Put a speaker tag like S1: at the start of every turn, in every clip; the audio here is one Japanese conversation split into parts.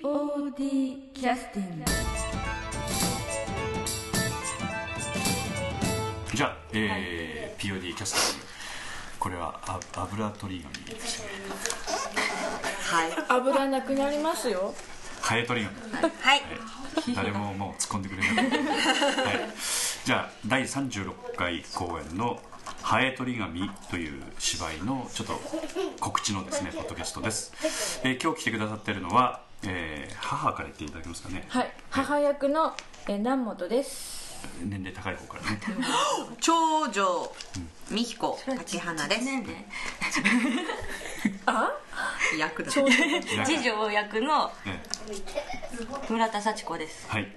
S1: POD キャスティング
S2: じゃあ、えー POD キャスティングこれはあ油取り紙ですね
S3: はい、
S4: 油なくなりますよ
S2: ハエ取り紙
S3: はい、
S2: 誰ももう突っ込んでくれ ない、はい、じゃあ第36回公演の「ハエ取り紙」という芝居のちょっと告知のですねポッドキャストです、えー今日来てくださってるのは、えー母から言っていただけますかね、
S4: はい母役のえー南本です
S2: 年齢高い方からね
S3: 長女美彦竹花です
S5: ね
S3: 役だ
S5: 次女役の
S2: えー
S5: 村田幸子です
S2: はい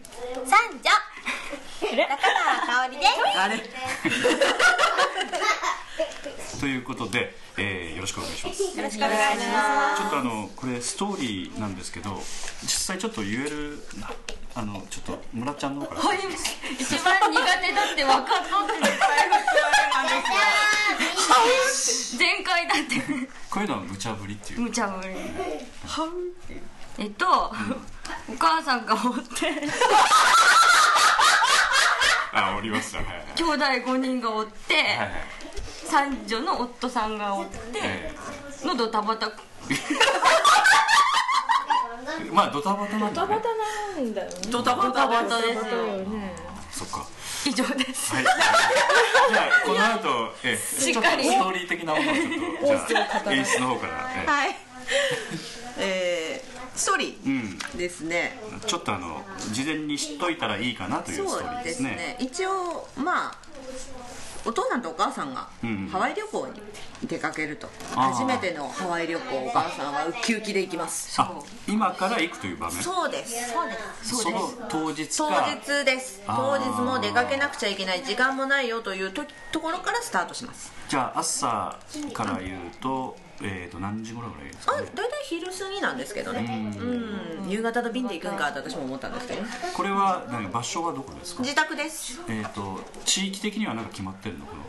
S6: 三女中川香織です
S3: あれ
S2: ということで、えーよろしくお願いします
S5: よろしくお願いしま
S2: ちょっとあのこれストーリーなんですけど実際ちょっと言えるなあのちょっと村ちゃんの方から、
S5: す一番苦手だって分かっと って前回だって
S2: こういうのは無茶ぶりっていう
S5: 無茶ぶりえっと、お母さんがおって
S2: あおりましたはいはい
S5: 兄弟5人がおって、
S2: はいはい
S5: 三女の夫さんがおって
S2: え
S5: のドタバタ
S2: ーまあドタバタなんだ
S4: バタバ
S2: ね
S4: タなんだよね
S3: ドタバタ
S5: バタですよ
S2: そっか
S5: 以上です
S2: はいじゃあこの後、えー
S5: しっかり
S2: ちょっとストーリー的なものをちょっとじゃあ演出の方から、えー
S3: はいえー、ストーリ
S2: うん
S3: ーですね、
S2: ちょっとあの事前に知っといたらいいかなというス
S3: そ
S2: トーリ
S3: う
S2: ーで
S3: ですす
S2: ね
S3: ね一応まあお父さんとお母さんが
S2: うん
S3: ハワイ旅行に出かけると、
S2: あー
S3: 初めてのハワイ旅行お母さんはウキウキで行きます
S2: あ今から行くという場面
S3: そうですそうです
S2: その当日
S3: 当
S2: か
S3: 日です
S2: あ
S3: 当
S2: ー
S3: 日も出かけなくちゃいけない時間もないよというとところからスタートします
S2: じゃあ朝から言うと,、えー、と何時頃ぐらいです
S3: あ
S2: かね
S3: 大体昼過ぎなんですけどねうん夕方の便で行くんかって私も思ったんですけどね
S2: これは何場所はどこですか、
S3: 自宅です
S2: えー、と地域的には何か決まってるのこの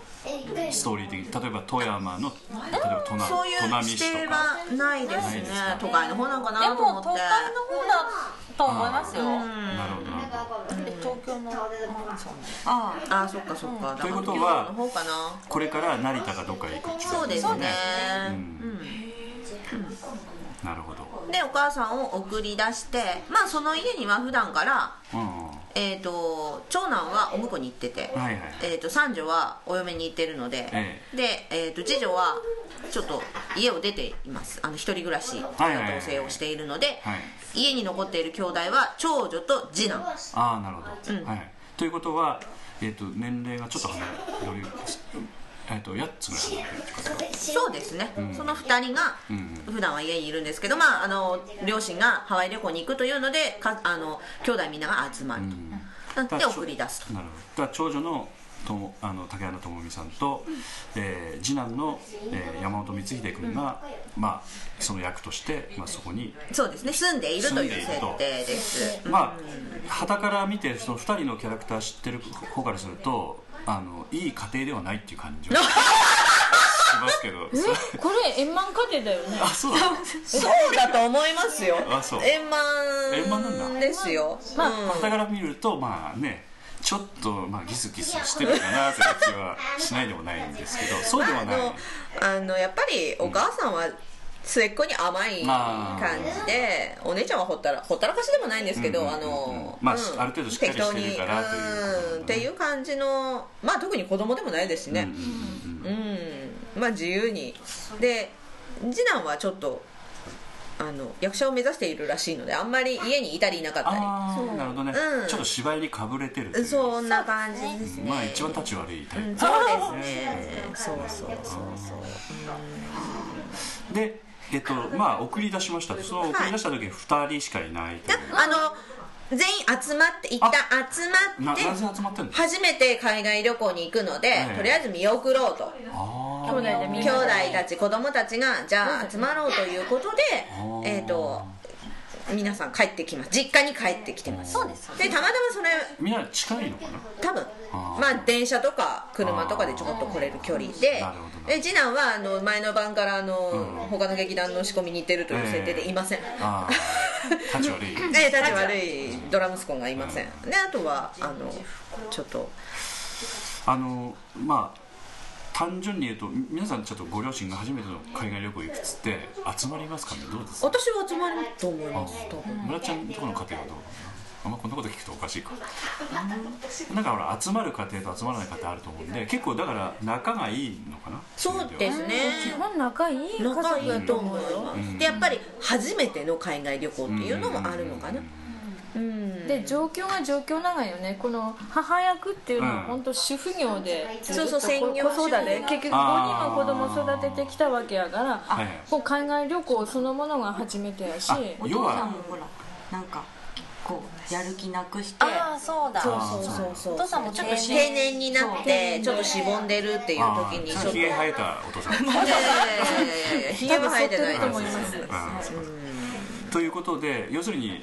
S2: ストーリー的に例えば富山の例えば都南
S3: そういう
S2: 都南
S3: 指
S2: 市と
S3: 定
S2: か
S3: はないです
S2: ない
S3: ね
S2: ですか
S3: 都会の方なんか
S7: で
S3: なと思
S7: も
S3: って
S7: 東海の方だと思いますよ、
S2: なるほどなるほど
S7: 東京の
S5: ああ
S3: ああそっかそっかだ
S2: とい
S3: か
S2: う
S3: ら
S2: こと
S3: 東京
S2: は
S3: の方かな
S2: これから成田かどっかへ行くってい
S3: そうですね
S2: なるほど、
S3: でお母さんを送り出してまあその家には普段から
S2: うん、
S3: えー、と長男はお婿に行ってて、
S2: はいはい
S3: えー、と三女はお嫁に行ってるので、
S2: え
S3: で、えー、と次女はちょっと家を出ていますあの一人暮らしの同
S2: はいはいはい
S3: 棲をしているので、
S2: はい
S3: 家に残っている兄弟は長女と次男
S2: ああなるほど、はい、ということは、えー、と年齢がちょっと離れどれぐらいですえー、と8つぐらい離れてるってことか
S3: そうですね、その二人が
S2: ん
S3: 普段は家にいるんですけど、まあ、あの両親がハワイ旅行に行くというのでかあの兄弟みんなが集まると、で送り出すと
S2: なるほどだから長女のともあの竹原智美さんと、えー次男の、えー山本光秀君が、まあ、その役として、まあ、そこに、
S3: そうですね住んでいるという設
S2: 住ん
S3: 定
S2: で
S3: です
S2: まあ傍から見てその2人のキャラクター知ってる方からするとあのいい家庭ではないっていう感じはしますけどそう
S4: えこれ円満家庭だよね
S2: あそうだ
S3: そうだと思いますよ
S2: あそう
S3: 円
S2: 円満なんだ
S3: 満ですよまあ、
S2: 傍から見るとまあねちょっと、まあ、ギスギスしてるかなって気はしないでもないんですけどそうでは
S3: あ
S2: ない
S3: のあのやっぱりお母さんは末っ子に甘い
S2: まあ
S3: 感じで、お姉ちゃんはほったらほったらかしでもないんですけど、
S2: うんうんうん
S3: あの、
S2: まあ
S3: うん
S2: ある程度しっかりしてるから
S3: 適当に
S2: ということだね
S3: んっていう感じのまあ特に子供でもないですしねうん、まあ自由にで次男はちょっとあの役者を目指しているらしいのであんまり家にいたりいなかった
S2: ああなるほどね、
S3: うん
S2: ちょっと芝居にかぶれてるとい
S3: り
S2: う
S3: そんな感じですね
S2: まあ一番立ち悪いタイプ、
S3: そう です
S2: ね
S3: ねそうそうそうそう
S2: でえっとまあ送り出しましたその送り出した時に2人しかいないという、
S3: あの全員集まって一旦集
S2: な
S3: まって
S2: なぜ集まってるの
S3: 初めて海外旅行に行くので、
S2: い
S3: とりあえず見送ろうと
S2: あ
S4: 兄弟でみ
S3: 兄
S4: ん
S3: 弟
S4: なで
S3: たち子供たちがじゃあ集まろうということで
S2: ー、
S3: えー、と皆さん帰ってきます実家に帰ってきてますそうですでたまたまそ
S2: あ
S3: れ
S2: みんな近いのかな
S3: 多分
S2: あー
S3: まあ電車とか車とかでちょこっと来れる距離で
S2: なるほどな
S3: で次男はあの前の晩からあの、
S2: ん
S3: 他の劇団の仕込みに行ってるという設定
S2: ええ
S3: でいません、
S2: ああ 立ち悪い
S3: ええ立ち悪いドラ息子がいません、であとはあのちょっと
S2: あのまあ単純に言うとみ皆さんちょっとご両親が初めての海外旅行行くっつって集まりますかねどうですか
S3: 私は集まると思い
S2: あ
S3: ます多分
S2: 村ちゃんとこの家庭はどうあんまこんなこと聞くとおかしいかなんかほら集まる家庭と集まらない家庭あると思うんで結構だから仲がいいのかな
S3: そう
S2: い意
S3: で
S2: 味
S3: す
S4: 基
S3: ね
S4: 本仲いい家族
S3: 仲い
S4: だ
S3: いと
S4: と思
S3: 思
S4: う
S3: い
S4: よ
S3: ま
S2: うん
S3: すでやっぱり初めての海外旅行って
S2: は
S3: いうのもあるのかなうん
S4: で状況が状況ながらよねこの母役っていうの
S2: うん
S4: は本当主婦業でずっと
S3: そうそう専業
S4: 子
S3: 主婦
S4: 育て結局
S2: あー
S4: 5人の子供育ててきたわけやから
S2: はい
S4: こう海外旅行そのものが初めてやし
S2: あ
S5: お
S2: 要
S5: 父さん
S2: は
S5: もほらなんかこうやる気なくして
S7: ああそうだ
S3: そうそうそうそう
S7: お父さんもちょっと
S5: し
S3: 定年になってちょっとしぼんでるっていう
S2: あ
S3: 時にちょっ
S2: ー
S3: と
S2: ひげ生えたお父さん
S3: いやいやいやいやひげは生えてない
S4: 多
S3: で
S4: 分
S3: す
S4: 剃ってると思います
S2: あーそうかということで要するに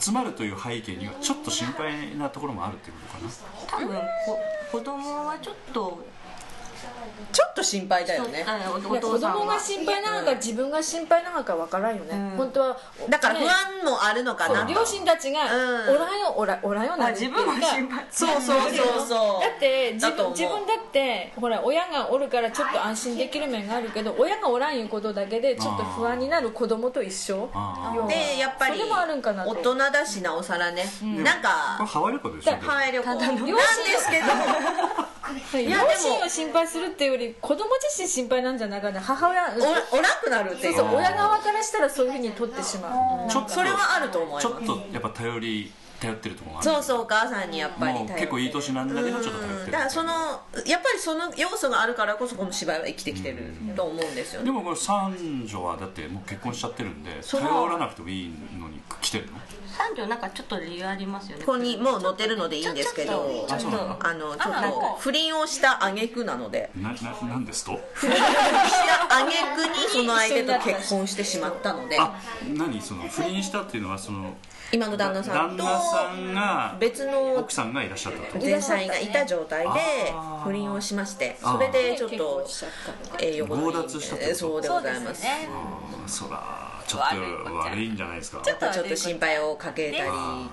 S2: 集まるという背景にはちょっと心配なところもあるっていうことかな
S5: 多分こ子供はちょっと
S3: ちょっと心配だよね
S5: お
S4: い
S5: お
S4: や
S5: 父
S4: 子
S5: さん
S4: 供
S5: は
S4: が心配なのか自分が心配なのかわからんよね、本当は
S3: だから不
S4: ね
S3: 安もあるのかな
S4: 両親たちが
S3: う
S4: 「お
S3: ん
S4: らよおらおらよ」
S5: あ
S4: なんて
S5: 自
S4: 言って
S5: 分も
S4: るか
S5: 心配
S3: そうそうそうそう
S4: だって自
S3: だと
S4: 分
S3: 思う
S4: 自分だってほら親がおるからちょっと安心できる面があるけど親がおらんいうことだけでちょっと不安になる子供と一緒
S2: あー
S4: 要は
S3: でやっぱり
S4: それもあるんかなと
S3: 大人だしなおさらねなん
S2: これ
S3: か
S2: ハワイ旅行でしょ
S4: だ
S3: ハワイ旅行なん
S4: の両親
S3: ですけど
S4: 両
S3: やでも
S4: 親を心配するっていうより子供自身心配なんじゃないかな母親
S3: おらおらくなるっていう
S4: そう親側からしたらそういうふうに取ってしまう
S2: ちょっと
S3: それはあると思います
S2: ちょっとやっぱ頼り頼ってるところがある
S3: そうそうお母さんにやっぱり
S2: もう結構いい年なんだけどちょっと頼って
S3: うん
S2: る
S3: だからそのやっぱりその要素があるからこそこの芝居は生きてきてると思うんですよね
S2: でもこれ三女はだってもう結婚しちゃってるんで
S3: そ
S2: 頼
S3: の
S2: らなくてもいいのに来てるの
S5: 三女なんかちょっと理由ありますよね
S3: ここにもう載ってるのでいいんですけど
S5: ちょっとちょっと
S3: あのちょ
S7: あ
S3: っと
S7: もう
S3: 不倫をした挙句なので
S2: なななんですと
S3: 挙句にその相手と結婚してしまったので
S2: あ何その不倫したっていうのはその
S3: 今の旦那さん
S2: 旦
S3: と
S2: 那さんが
S3: 別の
S2: 奥さんがいらっしゃったと
S3: 前妻がいた状態で
S2: あー
S3: 不倫をしまして
S2: あー
S3: それでちょっと
S4: 結婚しちゃったの
S3: 栄養
S2: 強奪したってこと
S3: そうでございます
S7: ね
S2: うんそらちょっと悪いんじゃないですか
S3: やっぱちょっと心配をかけたり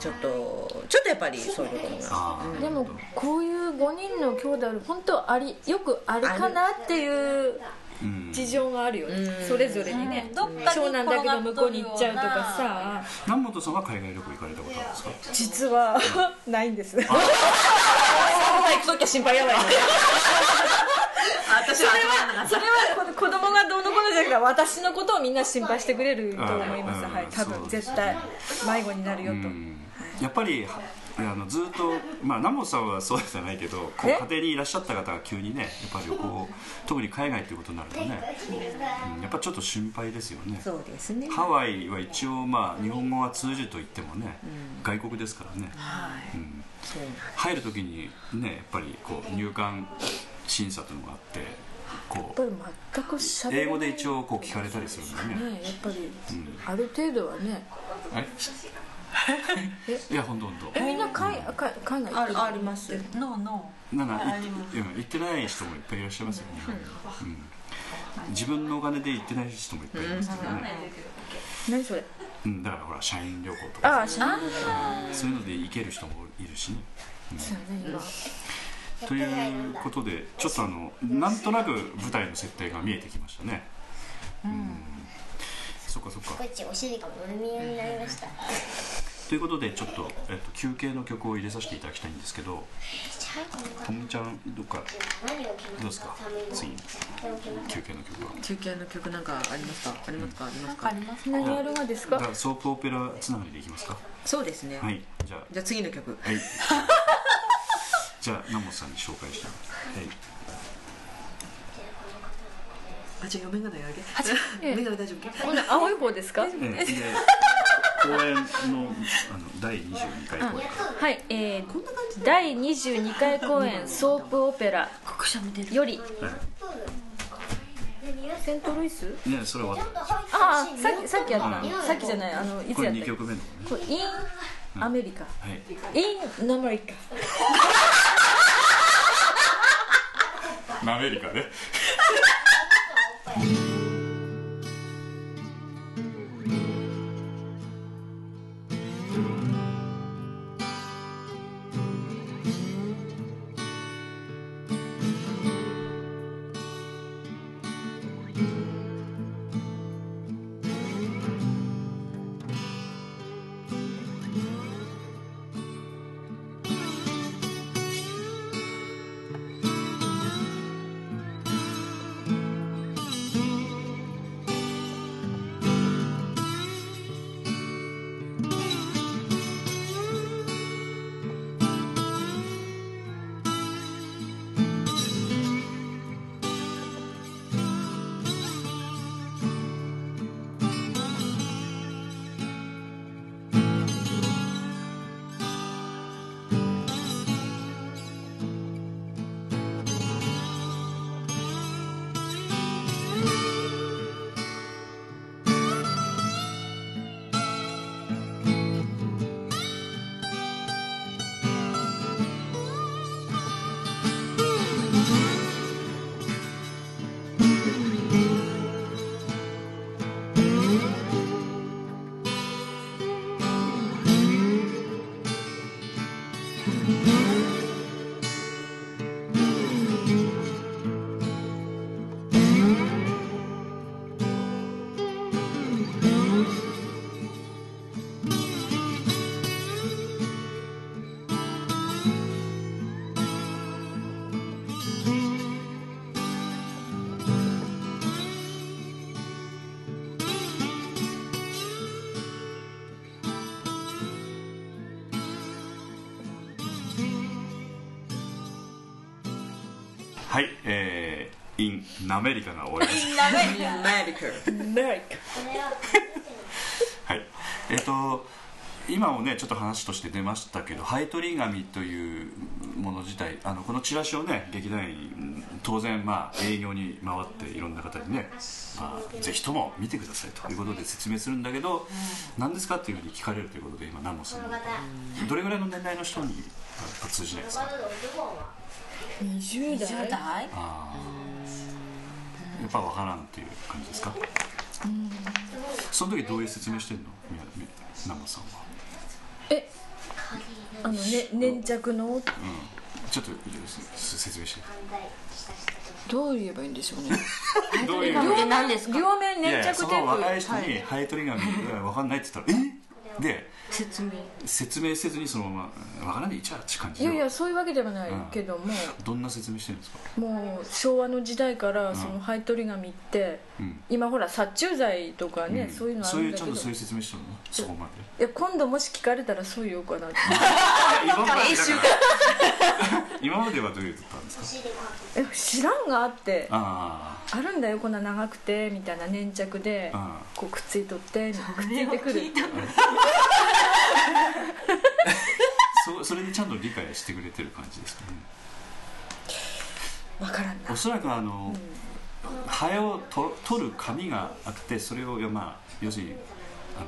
S3: ちょっとちょっとやっぱりそういうところが
S2: あー
S4: でもこういう5人の兄弟本当ありよくあるかなっていう
S2: うん
S4: 事情があるよね、それぞれにね、
S7: どっかに
S4: 長男だけが向こうに行っちゃうとかさ
S2: 南本さんは海外旅行行かれたことあるんですか
S4: 実はないんですそれは
S3: 行くときは心配やばいね私は
S4: この子供がどうのこうのじゃなくて私のことをみんな心配してくれると思います、
S2: うん
S4: はい、多
S2: そう
S4: 分
S2: です
S4: 絶対迷子になるよと、
S2: うんやっぱりはあのずっと、まあ、南本さんはそうじゃないけどこう
S4: え
S2: 家庭にいらっしゃった方が急にねやっぱり旅行特に海外ということになるとね、うんやっぱちょっと心配ですよね
S3: そうですね
S2: ハワイは一応、まあ、日本語は通じると言ってもね、外国ですからね、うん
S3: そうなん
S2: 入る時にねやっぱりこう入管審査というのがあってこ
S4: やっぱり全くしゃ
S2: う英語で一応こう聞かれたりするんだよね、
S4: ねやっぱり
S2: うん
S4: ある程度はね
S2: いや本当本当
S4: みんな海海海外行ってる
S3: あります
S7: ノーノ
S2: なんかいうん行ってない人もいっぱいいらっしゃいますよね、うん自分のお金で行ってない人もいっぱいいますけどね、
S4: 何それ
S2: うんだからほら社員旅行と
S4: あ
S2: か
S4: あ知らない
S2: そういうので行ける人もいるしね
S4: ですよね今
S2: ということでちょっとあのなんとなく舞台の設定が見えてきましたねうんそっかそっか
S8: こっちお尻が丸見えになりました。
S2: ということでちょっと、えっと、休憩の曲を入れさせていただきたいんですけどともちゃんどっか
S8: 何を決め
S2: どうですか次休憩の曲は
S3: 休憩の曲なんかありますかありますかあります
S7: ーあ
S3: か
S7: ります
S4: 何やるがです
S2: だ
S4: か
S2: からソープオペラつながりでいきますか
S3: そうですね
S2: はいじゃあ
S3: じゃあ次の曲
S2: はい。 じゃあ南本さんに紹介してもらって。
S3: あじゃあ嫁がないあげ嫁が大丈夫
S4: こんな青い方ですか
S2: はい。で公演のあの第二十二回公演から。
S4: はい、えー、第22回公演ソープオペラよりセントルイス
S2: ねそれ終わった。
S4: ああさっきさっきやった、
S2: うん
S4: さっきじゃないあのい
S2: こ
S4: つ
S2: れ
S4: やっ
S2: 二
S4: たっ
S2: 曲目のね。
S4: けこれ in アメリカ
S2: はい
S4: in アメリカ。
S2: アメリカね。はいえー、インナメリカが終わりました
S3: メディカル
S2: はい、えっ、と今もねちょっと話として出ましたけどハエ取り紙というもの自体あのこのチラシをね劇団員当然まあ営業に回っていろんな方にね、まあ、ぜひとも見てくださいということで説明するんだけど、何ですかっていうふうに聞かれるということで今何もそのどれぐらいの年代の人にあ通じないですか
S4: 20代
S2: あーやっぱ分からんっていう感じですか、その時どういう説明してんの宮宮南本さんは
S4: えあの、ね、粘着の
S2: ちょっとす説明して
S4: どう言えばいいんでしょうね
S2: どういう
S5: で何ですか
S4: 両面
S2: いや
S4: 粘
S2: いや
S4: 着テ
S2: そ
S4: ープ
S2: の若い人
S4: は
S2: に「ハエ取り紙が分かんない」って言ったら「えで
S5: 説明
S2: 説明せずにそのまま「分からない」ちゃうって感
S4: い
S2: じ
S4: い
S2: で
S4: やいやそういうわけではないけども、
S2: どんな説明してるんですか
S4: もう昭和の時代からそのハエ取り紙って、
S2: うん
S4: 今ほら殺虫剤とかね、
S2: ん
S4: そういうのあ
S2: そ
S4: る
S2: うんいう
S4: だ
S2: ちゃ
S4: け
S2: ん
S4: ど
S2: とそういう説明してるのそこま で
S4: いや今度もし聞かれたらそう言おうかなって
S2: 今までだから 今まではどういうことだったんですか
S4: え知らんがあって
S2: あ
S4: あるんだよこんな長くてみたいな粘着で
S2: あ
S4: こうくっついとってくっついてくる
S2: あそそれでちゃんと理解してくれてる感じですかね
S4: わからんな
S2: おそらくあの、ハエをと取る紙があってそれを、まあ、要するにあ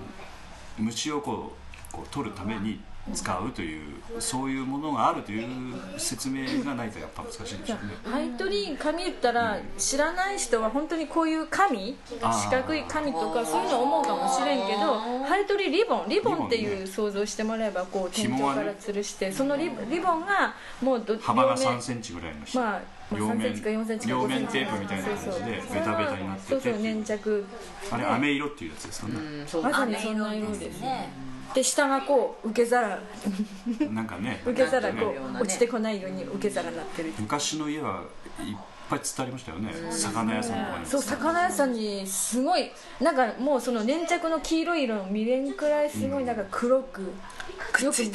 S2: の虫をこうこう取るために使うという、そういうものがあるという説明がないとやっぱ難しいでしょうね。
S4: ハイトリー紙言ったら知らない人は本当にこういう紙
S2: あー
S4: 四角い紙とかそういうの思うかもしれんけどハイトリーリボンリボンって
S2: リボン
S4: い
S2: ね
S4: う想像してもらえばこう天井
S2: 紐はね
S4: から吊るしてそのリボンリボンがもうど
S2: 幅が
S4: 両面
S2: 3センチぐらいの人、
S4: まあ、まあ
S2: 両
S4: 3
S2: 面
S4: センチか4センチか
S2: 両
S4: 5セ
S2: 面
S4: ンチ
S2: テープみたいな感じ
S4: そ
S2: で
S4: うそう
S2: ベタベタになってて
S4: そうそう粘着
S2: あれ飴色っていうやつですかね、
S3: うんそう
S4: ま
S3: だ
S4: さにそんな色ですねで下がこう受け皿
S2: なんかね
S4: 受け皿
S2: なん
S4: こ
S2: かね
S4: う落ちてこないように受け皿になってる
S2: 昔の家はいっぱい釣ってありましたよね、魚屋さんとかにも
S4: そう魚屋さんにすごいなんかもうその粘着の黄色い色の見れんくらいすごいなんか黒くよく
S2: ね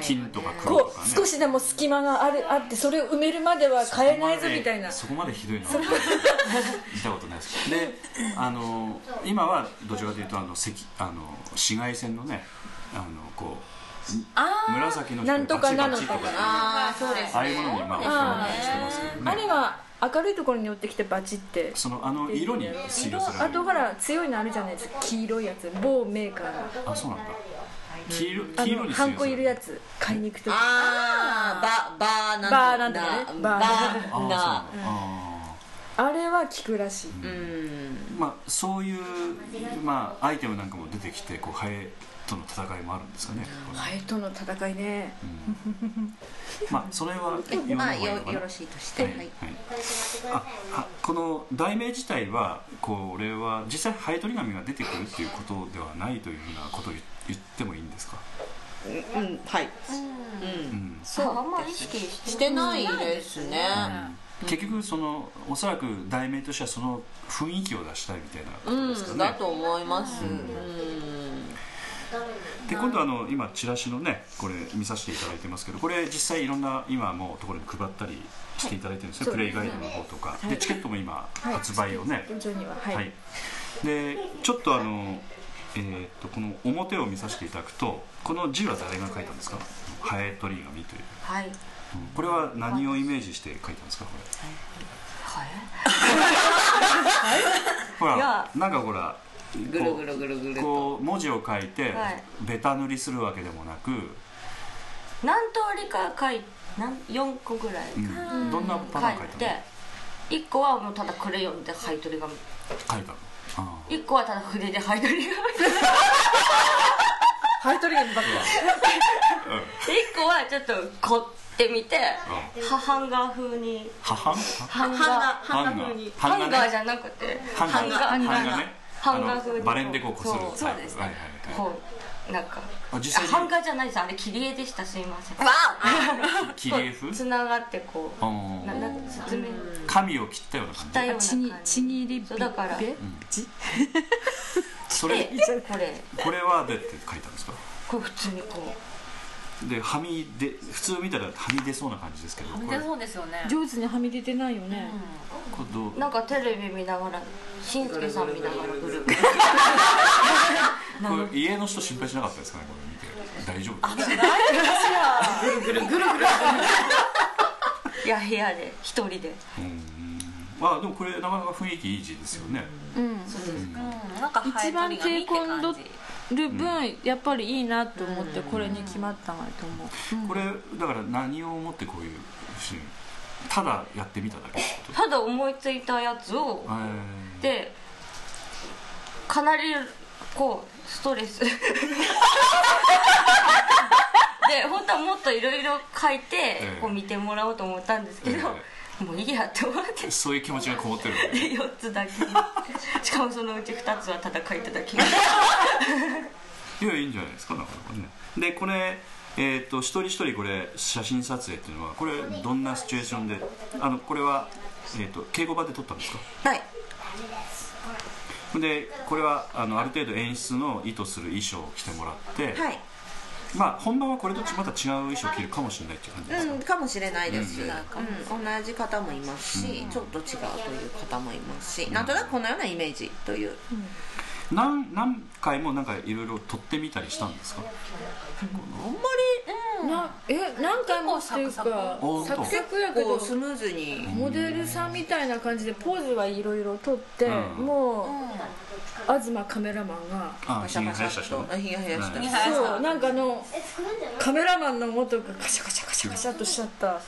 S2: 金とか黒と
S4: こ
S2: かね
S4: う少しでも隙間があるあってそれを埋めるまでは変えないぞみたいな
S2: そこまでひどいのは 見たことないですであの今はどちらかというとあの赤あの紫外線のねあのこう紫の
S4: なんとかなの
S2: バチバチ
S4: とか
S3: ああそうです
S2: ああいうものにまあ
S4: あ
S2: 表現してますけどね
S4: あれは明るいところに寄ってきてバチって
S2: そのあの色に推量する
S4: あとほら強いのあるじゃないですか黄色いやつ某メーカーの
S2: あそうなんだ黄色
S4: あ
S2: 黄色
S4: の
S2: に
S4: ハン
S2: 推
S4: コいる
S2: 量
S4: やつ買いに行くとき
S3: ああバー
S4: バ
S3: バ
S4: ーな
S3: ーなんん
S4: と
S3: と
S4: かね
S3: か
S4: バー
S2: あーそうなんだ
S3: な
S2: あ
S4: あれは効くらしい
S3: うん
S2: ーまあそういうまあアイテムなんかも出てきてこうハエとの戦いもあるんですかね
S4: ハエとの戦いね
S2: まあそれは言わ
S3: まあ
S2: ない方がいい
S3: よ
S2: のか
S3: よ
S2: な
S3: ろしいとしてはい
S2: ああこの題名自体はこれは実際ハエ取り紙が出てくるっていうことではないというふうなことを言言ってもいいんですか、
S3: うんうんはい
S2: うん
S5: そうあんま意識して
S3: してないですね
S2: 結局そのおそらく題名としてはその雰囲気を出したいみたいなこ
S3: う
S2: とですかね
S3: んだ、と思いますうん
S2: で今度あの今チラシのねこれ見させていただいてますけどこれ実際いろんな今もうところに配ったりしていただいてるんですね、プレイガイドの方とか、でチケットも今発売をね、
S4: 現状にははい、
S2: はい、でちょっとあの、えーっとこの表を見させていただくとこの字は誰が書いたんですか「ハエ鳥紙」という、
S5: はい
S2: うんこれは何をイメージして書いたんですかこ
S5: は
S2: れほ
S5: い
S2: ら
S5: や
S2: なんかほら
S3: ぐるぐるぐるぐると
S2: こう文字を書いて、
S5: はい
S2: ベタ塗りするわけでもなく、
S5: い何通りか書いなん4個ぐらい
S2: うんどんな
S5: 書
S2: パターン書い
S5: いて
S2: たの
S5: 1個はもうただクレヨンでハイ取り紙
S2: 書いたのあ
S5: 1個はただ筆でハイ取り紙
S4: ハエ取り紙ばっか
S5: で1個はちょっと凝ってみてはハンガー風に
S2: あははん
S5: ハンガー
S2: ハンガーハ
S5: ハ
S2: ンガー
S5: ンガーじゃなくて
S2: ハンガー
S5: ハンガー
S2: ハンガーね
S5: ハンガー風
S2: あ
S5: に
S2: のバレンでこうこする
S5: そうそうです
S2: はい
S5: ね
S2: はいはい
S5: こうなんか
S2: あ実
S5: あ
S2: 際
S5: ハン
S2: に
S5: ガーじゃないですあれ切り絵でしたすいません
S2: 切り絵風
S5: つながってこ
S2: あ
S5: うな
S2: ー
S5: なんか説明
S2: 紙を切ったような感じ
S5: したような感じ
S4: ちぎり
S5: そうだから
S4: べ
S5: で
S2: それ
S5: これ
S2: これはどうやって書いたんですか
S5: これ普通にこう
S2: ではみで普通見たらはみ出そうな感じですけど
S7: はみ
S2: これ
S7: 出
S2: こ
S7: そうですよね
S4: 上手にはみ出てないよね、
S2: れどう
S5: なんかテレビ見ながらしんすけさん見ながらぐるぐる
S2: これ家の人心配しなかったですかねこれ見て大丈夫ですか
S5: いや部屋で一人で
S2: うんまあでもこれなかなか雰囲気いい字ですよね、
S4: うん、
S7: うんなんか
S4: 一番
S7: 抵
S4: 抵抗んど
S7: 抗
S4: っる分やっぱりいいなと思ってこれに決まったなと思う、
S2: これだから何を思ってこういうシーンただやってみただけってこと
S5: ただ思いついたやつを
S2: え
S5: でかなりこうストレスで本当はもっといろいろ書いて
S2: うん
S5: こう見てもらおうと思ったんですけど、もういいやって思って
S2: ーそういう気持ちがこもってるわけ
S5: で4つだけしかもそのうち2つはただ書いただけ
S2: いやいいんじゃないですかなかなかねでこれえー、と一人一人これ写真撮影っていうのはこれどんなシチュエーションであのこれは、えー、と稽古場で撮ったんですか
S3: はい
S2: でこれはあのある程度演出の意図する衣装を着てもらって、
S3: はい
S2: まあ本番はこれとまた違う衣装を着るかもしれないっていう感じですか、
S3: うん、かもしれないです、
S2: う
S3: うんん同じ方もいますし、ちょっと違うという方もいますし、なんとなくこのようなイメージという、
S2: 何何回もなんかいろいろ撮ってみたりしたんですか
S3: あんま
S4: なえ何回もっていうか
S2: 構サ
S4: サ
S2: ク
S4: ク
S2: サ
S4: サクや
S3: り
S4: け
S3: こ
S4: ど
S3: うスムーズに、
S4: モデルさんみたいな感じでポーズはいろいろとって、
S2: うん
S4: もう、東カメラマンが
S2: あ
S3: パシ
S2: ひげ
S3: ャパシ
S2: 生やした
S3: ャ
S2: 人
S3: とあひやひやした、
S2: はい
S7: 生やした
S4: そうなんかあの
S8: え、作るんじゃない
S4: カメラマンの元がカシャカシャカシャカシャっとしちゃった
S2: は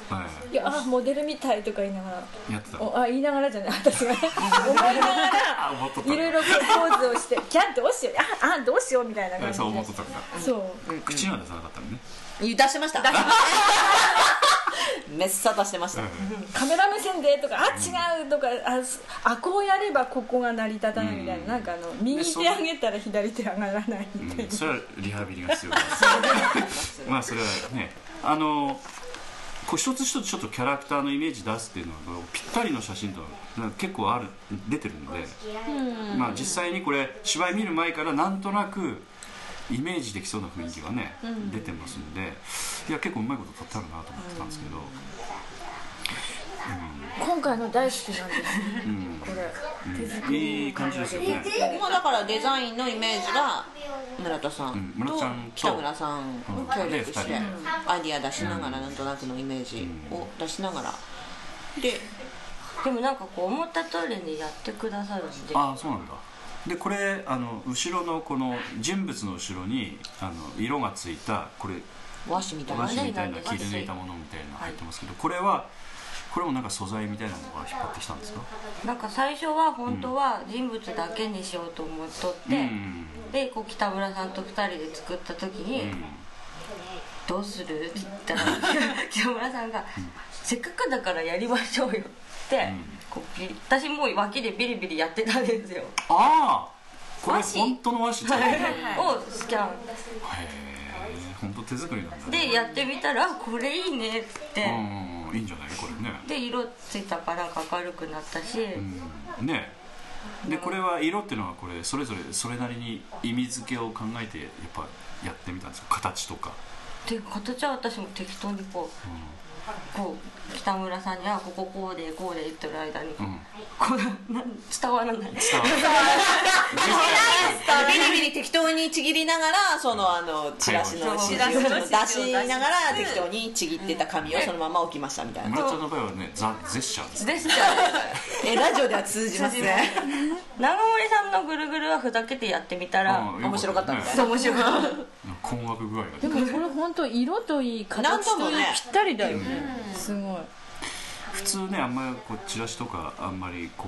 S2: い
S4: 「いやあモデルみたい」とか言いながら
S2: やってた
S4: おあ言いながらじゃない私がね思いながら
S2: 思っとった
S4: いろいろこうポーズをして「キャンどうしようああどうしよう」みたいな感
S2: え
S4: じ
S2: そう思っと
S4: で
S2: ったんだ
S4: そう
S2: 口には出さなかったのね、
S3: 出してましためっさ出してました、
S4: カメラ目線でとかあ違うとかあすあこうやればここが成り立たないみたいな、
S2: うん
S4: なんかあの右手上げたら左手上がらないみたいな、
S2: うんそれはリハビリが必要ですまあそれはねあのこう一つ一つちょっとキャラクターのイメージ出すっていうのはこうぴったりの写真となんか結構ある出てるので、まあ、実際にこれ芝居見る前からなんとなくイメージできそうな雰囲気がね、出てますんでいや結構うまいこと撮ってあるなと思ってたんですけど、
S4: 今回の大好きなんです
S2: うん
S4: これ
S2: うんいい感じですよね、
S3: まあ、だからデザインのイメージが村田さ
S2: うん
S3: ん
S2: 村田
S3: と
S2: さんと
S3: 北村さん
S2: うん
S3: 協力し
S2: で
S3: て
S2: 二
S3: アイディア出しながらなんとなくのイメージを出しながらで
S5: でもなんかこう思った通りにやってくださるんで
S2: ああそうなんだでこれあの後ろのこの人物の後ろにあの色がついたこれ
S3: 和紙みた
S2: お
S3: いな
S2: 菓子み
S3: ね
S2: たいな切り抜いたものみたいなの入ってますけどこれはこれもなんか素材みたいなのが引っ張ってきたんですか
S5: なんか最初は本当は人物だけにしようと思っとって、
S2: うん
S5: でこう北村さんと2人で作った時に
S2: うん
S5: 「どうする?」って言ったら 北村さんが「せっかくだからやりましょうよ」って、こうビリ私もう脇でビリビリやってたんですよ、
S2: ああこれ
S5: 和紙
S2: 本当の和紙だへ
S5: をスキャン
S2: え本当手作りなんだ
S5: でやってみたら「これいいね」っつって、
S2: うんうんいいんじゃないこれね
S5: で色ついたからなんか明るくなったし、
S2: うんねでこれは色っていうのはこれそれぞれそれなりに意味付けを考えてやっぱやってみたんですか形とか
S5: で形は私も適当にこう,、こう北村さんにはこここうでこうで言ってる間に、
S2: ん
S5: こうなん伝わらない
S2: 伝わる
S3: ビリビリ適当にちぎりながらそのあのチラシの
S5: そう
S3: チラシを出しながら適当にちぎってた紙をそのまま置きましたみたいな
S2: 村ちゃんの場合はねザ・ゼッシャーです
S5: でした
S3: えラジオでは通じますね
S5: 長森さんのぐるぐるはふざけてやってみたら、
S2: うん
S3: 面白かったみたい
S5: そう面白い
S2: 困惑具合が
S4: でもこれ本当色といい
S3: なん
S4: 形
S3: とも
S4: といい
S3: ね
S4: ぴったりだよねすごい
S2: 普通ねあんまりこうチラシとかあんまりこ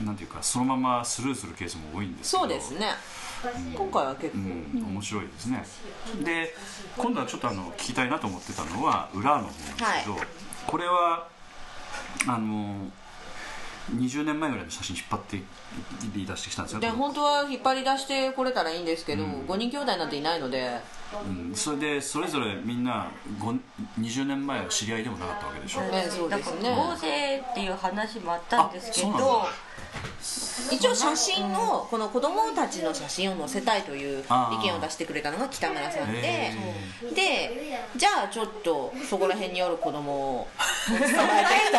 S2: うなんていうかそのままスルーするケースも多いんですけど
S3: そうですね今回は結構
S2: うん、面白いですねで今度はちょっとあの聞きたいなと思ってたのは裏の方なんですけど、これはあの20年前ぐらいの写真引っ張ってリーダーしてきたんですよ
S3: で本当は引っ張り出してこれたらいいんですけど、
S2: うん
S3: 5人兄弟なんていないので
S2: うん、それでそれぞれみんなご20年前は知り合いでもなかったわけでしょ
S3: ねそうですね
S5: 合成っていう話もあったんですけど
S2: あそうなんだ
S5: そ
S3: 一応写真をこの子供たちの写真を載せたいという意見を出してくれたのが北村さんで
S2: へ
S3: でじゃあちょっとそこら辺におる子供を捕まえてきた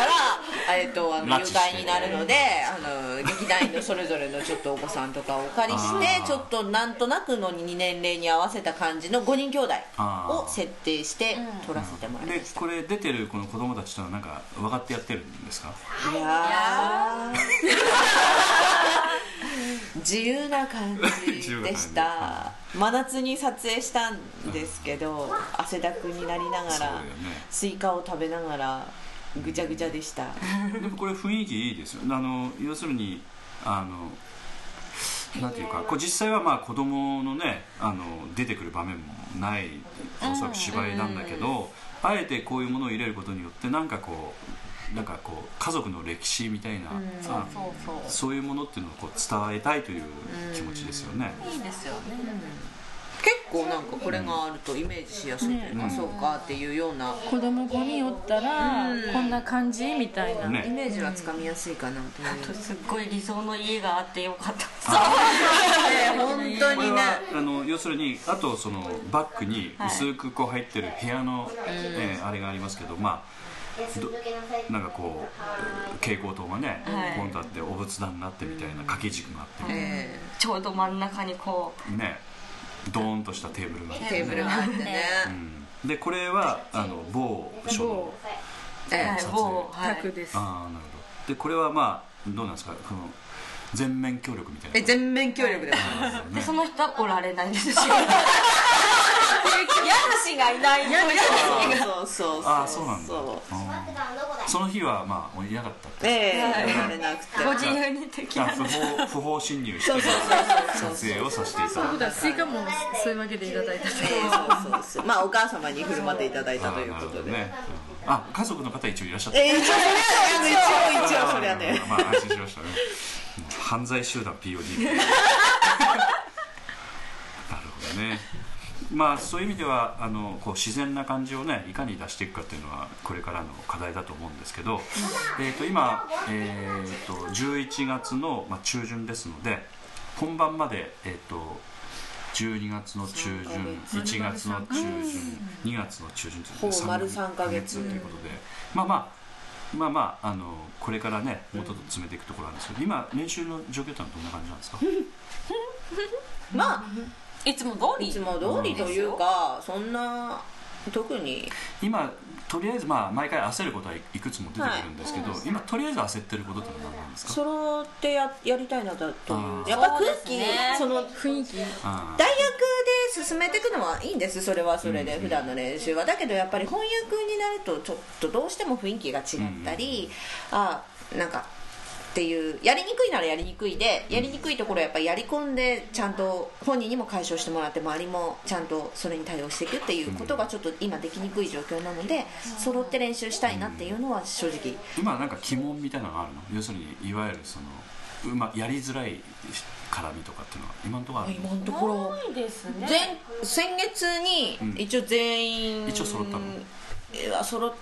S3: らえっとあの
S2: 拉
S3: 誘
S2: 致して
S3: 拐になるのであの劇団員のそれぞれのちょっとお子さんとかをお借りし
S2: あー
S3: てちょっとなんとなくのに年齢に合わせた感じの5人兄弟
S2: あー
S3: を設定して撮らせてもらいま
S2: で
S3: した。
S2: これ出てるこの子供たちとはなんか分かってやってるんですか
S3: いやー自由な感じでし
S2: 自由な感
S3: た真夏に撮影したんですけど汗だくになりなが
S2: そうだ
S3: ら
S2: よね
S3: スイカを食べながらぐちゃぐちゃでした
S2: でもこれ雰囲気いいですよあの要するにあのなんていうかこう実際はまあ子供のねあの出てくる場面もないおそらく芝居なんだけど、あえてこういうものを入れることによってなんかこうなんかこう家族の歴史みたいな、さ
S5: そうそう
S2: そういうものっていうのをこう伝えたいという気持ちですよね、
S5: そういいですよね
S3: 結構なんかこれがあるとイメージしやすいというか、
S2: うん
S3: そうかっていうような
S4: 子供5人おったら
S3: うん
S4: こんな感じみたいな、
S3: イ
S2: ね
S3: メージはつかみやすいかなという、
S5: すっごい理想の家があってよかったです
S3: 本当
S2: これ
S3: にね
S2: はあの要するにあとそのバッグに薄くこう入ってる部屋の、えーあれがありますけどまあ
S8: 休みどけなさいって
S2: なんかこう蛍光灯がね、
S5: はい
S2: ポンとあってお仏壇があってみたいな掛け軸があってみたいな、
S3: え
S5: ちょうど真ん中にこ
S2: ねドーンとしたテーブルがあっ
S3: ー
S2: て、
S3: テーブルがあってね、
S2: うんでこれはあの某所の
S5: う、
S3: え
S5: はい
S2: 撮、影
S5: 某、はい、
S4: 宅です、
S2: ああなるほどでこれはまあどうなんですかこの全面協力みたいな
S3: え全面協力です
S2: あー
S5: で
S2: ね
S5: その人はおられないんですよ
S4: 家主がいない
S3: そうそうそう
S2: ああそうなんだ
S3: そう
S2: あ
S8: 普段どこだ
S2: ーその日はまあいなかったって
S3: ええやられなくて
S5: ご自由に的
S2: あ
S5: な
S2: 不 法不法侵入して撮影をさせていただい
S4: 普
S2: た
S4: 段スイカもそういうわけでいただいた
S3: ええそうそうそうまあお母様に振る舞っていただいたという
S2: あーな
S3: こ
S2: るほ
S3: と
S2: ど
S3: で、
S2: ねうんあ家族の方一応いらっしゃった
S3: ええ一応それはねあの一応一応それはね
S2: まあ安心しましたねもう犯罪集団 POD みたいななるほどねまあそういう意味ではあのこう自然な感じをねいかに出していくかっていうのはこれからの課題だと思うんですけど、えー、と今、えー、と11月の、まあ、中旬ですので本番まで、えー、と12月の中旬1月の中旬2月の中旬という
S3: ほぼ丸三ヶ月
S2: ということでまあまあまあまああのこれからねもうちょっと詰めていくところなんですけど今練習の状況ってのはどんな感じなんですか
S3: ま
S5: いつも通
S3: あいつも通りというかそんな特に
S2: 今とりあえずまあ毎回焦ることはいくつも出てくるんですけど、今とりあえず焦ってることってのは何なんですか
S3: そろってややりたいなだと
S2: あ
S3: いう
S2: ー
S3: やっぱ空
S5: そうです
S3: 気
S5: ね
S3: その
S4: 雰囲気
S2: あー
S3: 大学で進めていくのはいいんですそれはそれで普段の練習はだけどやっぱり翻訳になるとちょっとどうしても雰囲気が違ったり、あなんかっていうやりにくいならやりにくいでやりにくいところはやっぱりやり込んでちゃんと本人にも解消してもらって周りもちゃんとそれに対応していくっていうことがちょっと今できにくい状況なので揃って練習したいなっていうのは正直
S2: 今なんか鬼門みたいなのがあるの要するにいわゆるそのうまやりづらい絡みとかっていうのは今のところあるの
S3: 今のところ
S7: いですね
S3: 前先月
S2: うん
S3: に一応全員、
S2: 一応揃ったの
S3: いや揃っ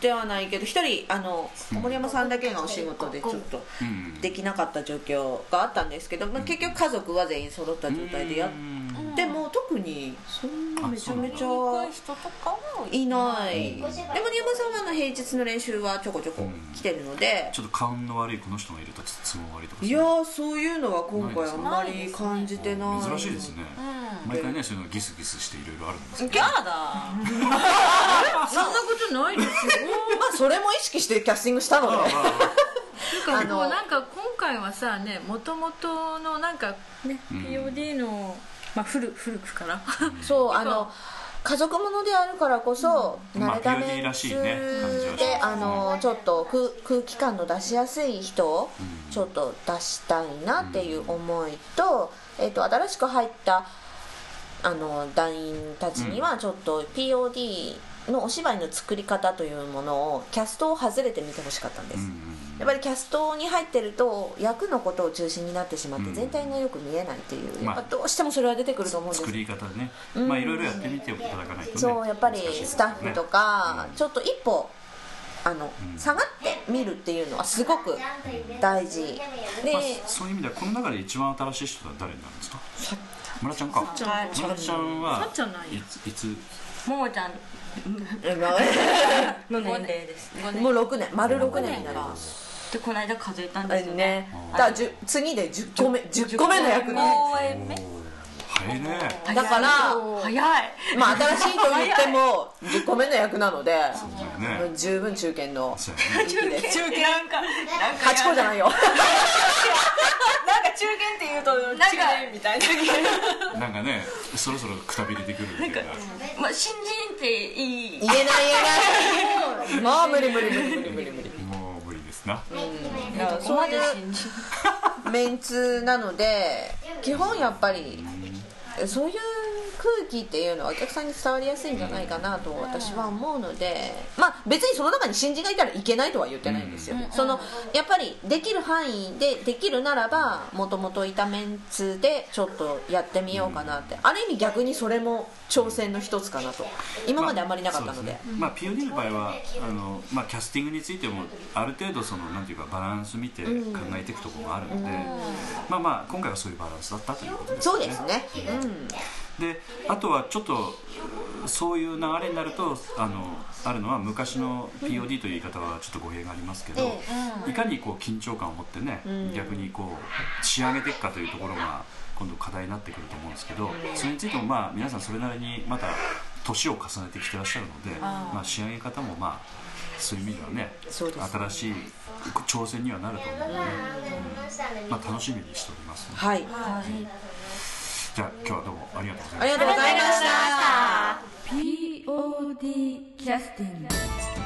S3: てはないけど一人あの小森山さんだけがお仕事でちょっと
S2: うん
S3: できなかった状況があったんですけど、まあ、結局家族は全員揃った状態でやっ
S2: うん
S3: ても特にそんなめちゃめちゃ
S5: 人とかも
S3: いないで
S8: ご
S3: 森山
S8: 自
S3: さん
S8: 分
S3: はあの平日の練習はちょこちょこ来てるので
S2: ちょっと勘の悪いこの人がいると都合悪いとか
S3: いやーそういうのは今回あんまり感じてない
S2: 珍しいですね、毎回ねそういうのギスギスしていろいろあるんですけど
S5: ギャーだ
S4: そんなことないですよ
S3: まあそれも意識してキャスティングしたので、
S4: なんか
S3: あ
S4: こ
S3: の
S4: うなんか今回はさねもともとのなんかね、
S2: ん
S4: POD の、まあ、古古く から
S3: そうあの家族ものであるからこそ、
S2: まあ
S3: 慣れた
S2: POD ら
S3: 練
S2: しい
S3: 習
S2: ね感じはします
S3: で
S2: ね
S3: あのちょっと空空気感の出しやすい人をちょっと出したいなっていう思いと,、えっと新しく入ったあの団員たちにはちょっと POD のお芝居の作り方というものをキャストを外れて見てほしかったんです、
S2: うん
S3: やっぱりキャストに入ってると役のことを中心になってしまっ
S2: う
S3: て
S2: ん
S3: 全体がよく見えないっていう、
S2: まあ
S3: やっぱどうしてもそれは出てくると思うんです
S2: 作り方ね、まあいろいろやってみていただかないとね
S3: そうやっぱりスタッフとか、ちょっと一歩あの下がって見るっていうのはすごく大事で
S2: まあ、そういう意味ではこの中で一番新しい人は誰になるんですか村ちゃんか村ちゃんは
S4: ちゃんない
S2: いついつ
S5: ももちゃんの年齢です
S3: もう6年丸6年になります
S5: でこの間数えたん
S3: あ
S5: ですよ
S3: の
S5: ね
S3: ねだからじゅ次で10個目10個目の役ね
S2: 早いね
S3: だから
S5: 早い
S3: まあ新しいと言っても10個目の役なので
S2: そうだよね
S3: 十分中堅の
S2: そうだよね
S3: 域で
S5: 中堅なんかなん
S3: 8
S5: か
S3: 個じゃないよ
S5: なんか中堅って言うと中堅みたいな
S2: なんかねそろそろくたびれてくるみたいな
S5: まあ新人ってい
S3: 言え
S5: い
S3: ない言えないもう無理無理無理無理無理無理
S2: もう無理ですな
S3: だから
S5: ここ
S3: そ
S5: ま
S3: うい
S5: で
S3: う
S5: 新人
S3: メンツなので基本やっぱりそういう空気っていうのはお客さんに伝わりやすいんじゃないかなと私は思うのでまあ別にその中に新人がいたらいけないとは言ってないんですよ、そのやっぱりできる範囲でできるならばもともといたメンツでちょっとやってみようかなって、ある意味逆にそれも挑戦の一つかなと今まであんまりなかったので,、
S2: まあそうすねまあ、POD の場合はあの、まあ、キャスティングについてもある程度そのなんていうかバランス見て考えていくところがあるので、まあまあ今回はそういうバランスだったということです
S3: そう
S2: ね
S3: ですね、うん
S2: であとはちょっとそういう流れになるとあのあるのは昔の POD という言い方はちょっと語弊がありますけど、いかにこう緊張感を持ってね、逆にこう仕上げていくかというところが今度課題になってくると思うんですけど、それについてもまあ皆さんそれなりにまた年を重ねてきてらっしゃるのでまあ、仕上げ方もまあそういう意味ではね
S3: そうです
S2: 新しい挑戦にはなると思うので、まあ、楽しみにしております、
S3: はい
S2: じゃあ今日はどうもありがとうございました
S3: ありがとうございました
S1: POD キャスティング